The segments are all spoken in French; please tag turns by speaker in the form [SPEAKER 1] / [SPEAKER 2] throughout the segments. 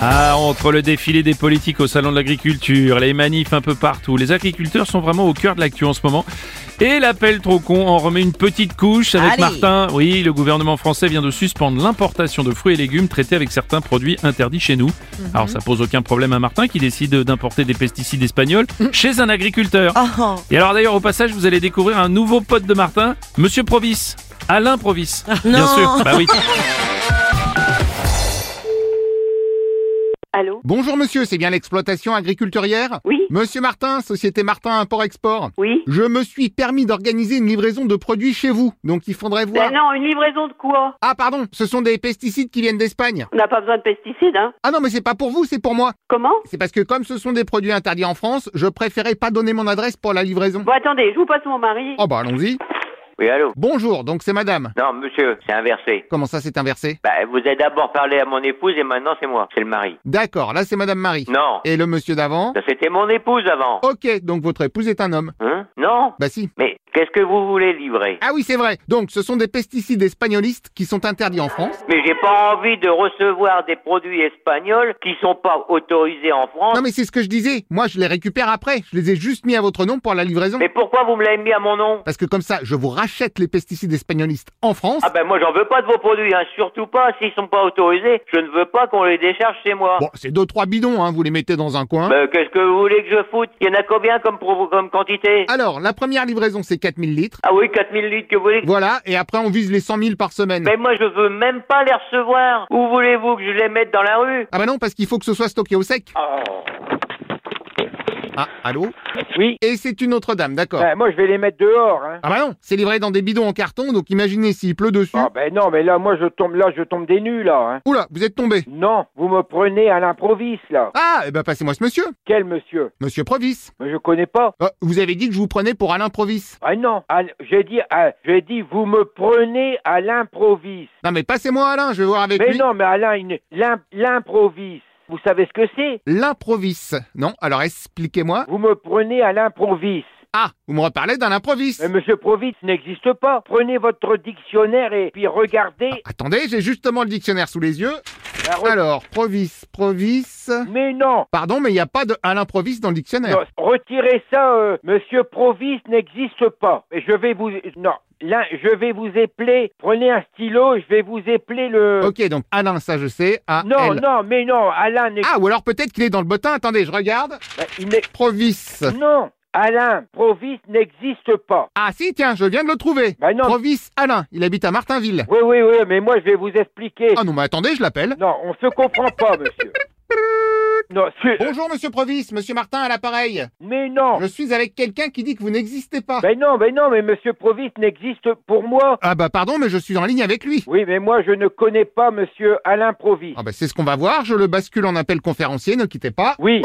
[SPEAKER 1] Ah, entre le défilé des politiques au salon de l'agriculture, les manifs un peu partout, les agriculteurs sont vraiment au cœur de l'actu en ce moment. Et l'appel trop con en remet une petite couche avec
[SPEAKER 2] Allez.
[SPEAKER 1] Martin. Oui, le gouvernement français vient de suspendre l'importation de fruits et légumes traités avec certains produits interdits chez nous.
[SPEAKER 2] Mhm.
[SPEAKER 1] Alors ça pose aucun problème à Martin qui décide d'importer des pesticides espagnols chez un agriculteur.
[SPEAKER 2] Oh,
[SPEAKER 1] Et alors d'ailleurs au passage vous allez découvrir un nouveau pote de Martin, Monsieur Provis. Alain Provis. Bien
[SPEAKER 2] non.
[SPEAKER 1] sûr, bah oui.
[SPEAKER 3] Allô
[SPEAKER 4] Bonjour monsieur, c'est bien l'exploitation agriculturière
[SPEAKER 3] Oui
[SPEAKER 4] Monsieur Martin, société Martin Import-Export.
[SPEAKER 3] Oui
[SPEAKER 4] Je me suis permis d'organiser une livraison de produits chez vous, donc il faudrait voir...
[SPEAKER 3] Ben non, une livraison de quoi
[SPEAKER 4] Ah pardon, ce sont des pesticides qui viennent d'Espagne.
[SPEAKER 3] On n'a pas besoin de pesticides, hein
[SPEAKER 4] Ah non mais c'est pas pour vous, c'est pour moi.
[SPEAKER 3] Comment
[SPEAKER 4] C'est parce que comme ce sont des produits interdits en France, je préférais pas donner mon adresse pour la livraison.
[SPEAKER 3] Bon, attendez, je vous passe mon mari.
[SPEAKER 4] Oh bah allons-y.
[SPEAKER 5] Oui, allô
[SPEAKER 4] Bonjour, donc c'est madame.
[SPEAKER 5] Non, monsieur, c'est inversé.
[SPEAKER 4] Comment ça c'est inversé
[SPEAKER 5] Bah, vous avez d'abord parlé à mon épouse et maintenant c'est moi, c'est le mari.
[SPEAKER 4] D'accord, là c'est madame Marie.
[SPEAKER 5] Non,
[SPEAKER 4] Et le monsieur d'avant
[SPEAKER 5] ça, c'était mon épouse avant.
[SPEAKER 4] Ok, donc votre épouse est un homme.
[SPEAKER 5] Hein Non
[SPEAKER 4] Bah si.
[SPEAKER 5] Mais qu'est-ce que vous voulez livrer
[SPEAKER 4] Ah oui, c'est vrai. Donc ce sont des pesticides espagnolistes qui sont interdits en France.
[SPEAKER 5] Mais j'ai pas envie de recevoir des produits espagnols qui sont pas autorisés en France.
[SPEAKER 4] Non mais c'est ce que je disais. Moi je les récupère après. Je les ai juste mis à votre nom pour la livraison.
[SPEAKER 5] Mais pourquoi vous me l'avez mis à mon nom
[SPEAKER 4] Parce que comme ça, je vous rachète les pesticides espagnolistes en France.
[SPEAKER 5] Ah ben moi j'en veux pas de vos produits, hein. surtout pas s'ils sont pas autorisés. Je ne veux pas qu'on les décharge chez moi.
[SPEAKER 4] Bon, c'est deux trois bidons, hein. Vous les mettez dans un coin.
[SPEAKER 5] Ben, qu'est-ce que vous voulez que je foute Il y en a combien comme, pro- comme quantité
[SPEAKER 4] Alors la première livraison c'est 4000 litres.
[SPEAKER 5] Ah oui, 4000 litres que vous voulez
[SPEAKER 4] Voilà. Et après on vise les 100 000 par semaine.
[SPEAKER 5] Mais moi, je veux même pas les recevoir. Où voulez-vous que je les mette dans la rue
[SPEAKER 4] Ah bah non, parce qu'il faut que ce soit stocké au sec. Ah, allô
[SPEAKER 6] Oui.
[SPEAKER 4] Et c'est une autre dame, d'accord.
[SPEAKER 6] Ben, moi, je vais les mettre dehors. Hein.
[SPEAKER 4] Ah bah non, c'est livré dans des bidons en carton, donc imaginez s'il pleut dessus.
[SPEAKER 6] Ah ben non, mais là, moi, je tombe, là, je tombe des nues, là. Hein.
[SPEAKER 4] Oula, vous êtes tombé.
[SPEAKER 6] Non, vous me prenez à l'improviste, là.
[SPEAKER 4] Ah, eh ben passez-moi ce monsieur,
[SPEAKER 6] Quel monsieur
[SPEAKER 4] monsieur Provis.
[SPEAKER 6] Mais Je connais pas.
[SPEAKER 4] Euh, vous avez dit que je vous prenais pour Alain Provis.
[SPEAKER 6] Ah non, Ah, j'ai dit, ah, j'ai dit, vous me prenez à l'improviste.
[SPEAKER 4] Non mais passez-moi Alain, je vais voir avec
[SPEAKER 6] Mais
[SPEAKER 4] lui.
[SPEAKER 6] non, mais Alain, une- l'im- l'improviste, vous savez ce que c'est
[SPEAKER 4] L'improvis. Non, alors expliquez-moi.
[SPEAKER 6] Vous me prenez à l'improviste.
[SPEAKER 4] Ah, vous me reparlez d'un improvis.
[SPEAKER 6] Mais Monsieur Provis n'existe pas. Prenez votre dictionnaire et puis regardez.
[SPEAKER 4] Ah, Attendez, j'ai justement le dictionnaire sous les yeux.
[SPEAKER 6] la re-
[SPEAKER 4] Alors, Provis, Provis...
[SPEAKER 6] Mais non,
[SPEAKER 4] Pardon, mais il n'y a pas de Alain Provis dans le dictionnaire.
[SPEAKER 6] Non, Euh, retirez ça, euh, Monsieur Provis n'existe pas. Et je vais vous, non, là, je vais vous épeler. Prenez un stylo, je vais vous épeler le.
[SPEAKER 4] Ok, donc Alain, ça je sais. A
[SPEAKER 6] Non,
[SPEAKER 4] L.
[SPEAKER 6] non, mais non, Alain n'est.
[SPEAKER 4] Ah, ou alors peut-être qu'il est dans le bottin. Attendez, je regarde.
[SPEAKER 6] bah, il n'est-
[SPEAKER 4] Provis.
[SPEAKER 6] Non, Alain Provis n'existe pas.
[SPEAKER 4] Ah si, tiens, je viens de le trouver.
[SPEAKER 6] Bah non.
[SPEAKER 4] Provis Alain, il habite à Martinville.
[SPEAKER 6] Oui, oui, oui, mais moi je vais vous expliquer.
[SPEAKER 4] Ah non, mais attendez, je l'appelle.
[SPEAKER 6] Non, on se comprend pas, monsieur. Non, c'est-
[SPEAKER 4] Bonjour Monsieur Provis, Monsieur Martin à l'appareil.
[SPEAKER 6] mais non.
[SPEAKER 4] Oh. Je suis avec quelqu'un qui dit que vous n'existez pas.
[SPEAKER 6] Mais non, mais non, mais Monsieur Provis n'existe pour moi.
[SPEAKER 4] Ah bah pardon, mais je suis en ligne avec lui.
[SPEAKER 6] Oui, mais moi je ne connais pas Monsieur Alain Provis.
[SPEAKER 4] Ah bah c'est ce qu'on va voir, je le bascule en appel conférencier, ne quittez pas.
[SPEAKER 6] Oui,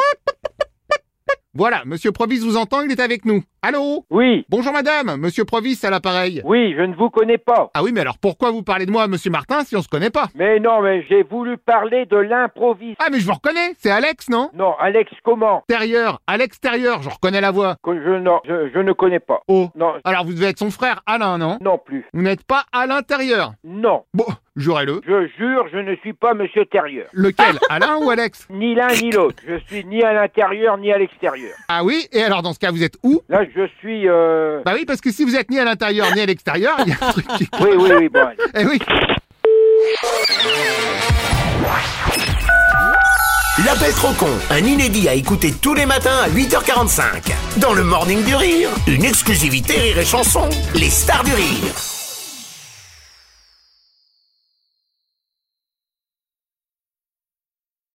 [SPEAKER 4] Voilà, Monsieur Provis vous entend, il est avec nous. Allô
[SPEAKER 6] oui,
[SPEAKER 4] Bonjour madame, Monsieur Provis à l'appareil.
[SPEAKER 6] oui, je ne vous connais pas.
[SPEAKER 4] Ah oui, mais alors pourquoi vous parlez de moi à Monsieur Martin si on se connaît pas
[SPEAKER 6] Mais non, mais j'ai voulu parler de l'improviste.
[SPEAKER 4] Ah mais je vous reconnais, c'est Alex, non
[SPEAKER 6] Non, Alex, comment
[SPEAKER 4] Extérieur, à l'extérieur, je reconnais la voix.
[SPEAKER 6] Que je, non, je, je ne connais pas.
[SPEAKER 4] Oh.
[SPEAKER 6] Non,
[SPEAKER 4] Alors vous devez être son frère Alain, non
[SPEAKER 6] non plus.
[SPEAKER 4] Vous n'êtes pas à l'intérieur.
[SPEAKER 6] Non,
[SPEAKER 4] Bon, jurez-le.
[SPEAKER 6] je jure, je ne suis pas Monsieur Terrieur.
[SPEAKER 4] Lequel Alain ou Alex
[SPEAKER 6] Ni l'un ni l'autre. Je suis ni à l'intérieur ni à l'extérieur.
[SPEAKER 4] Ah oui, et alors dans ce cas, vous êtes où
[SPEAKER 6] Là, je suis. Euh...
[SPEAKER 4] Bah oui, parce que si vous êtes ni à l'intérieur ni à l'extérieur, il y a un truc qui...
[SPEAKER 6] Oui, oui, oui, bon. allez.
[SPEAKER 4] Eh oui
[SPEAKER 7] L'appel trop con, un inédit à écouter tous les matins à 8h45. Dans le Morning du Rire, une exclusivité Rire et Chanson, les stars du rire.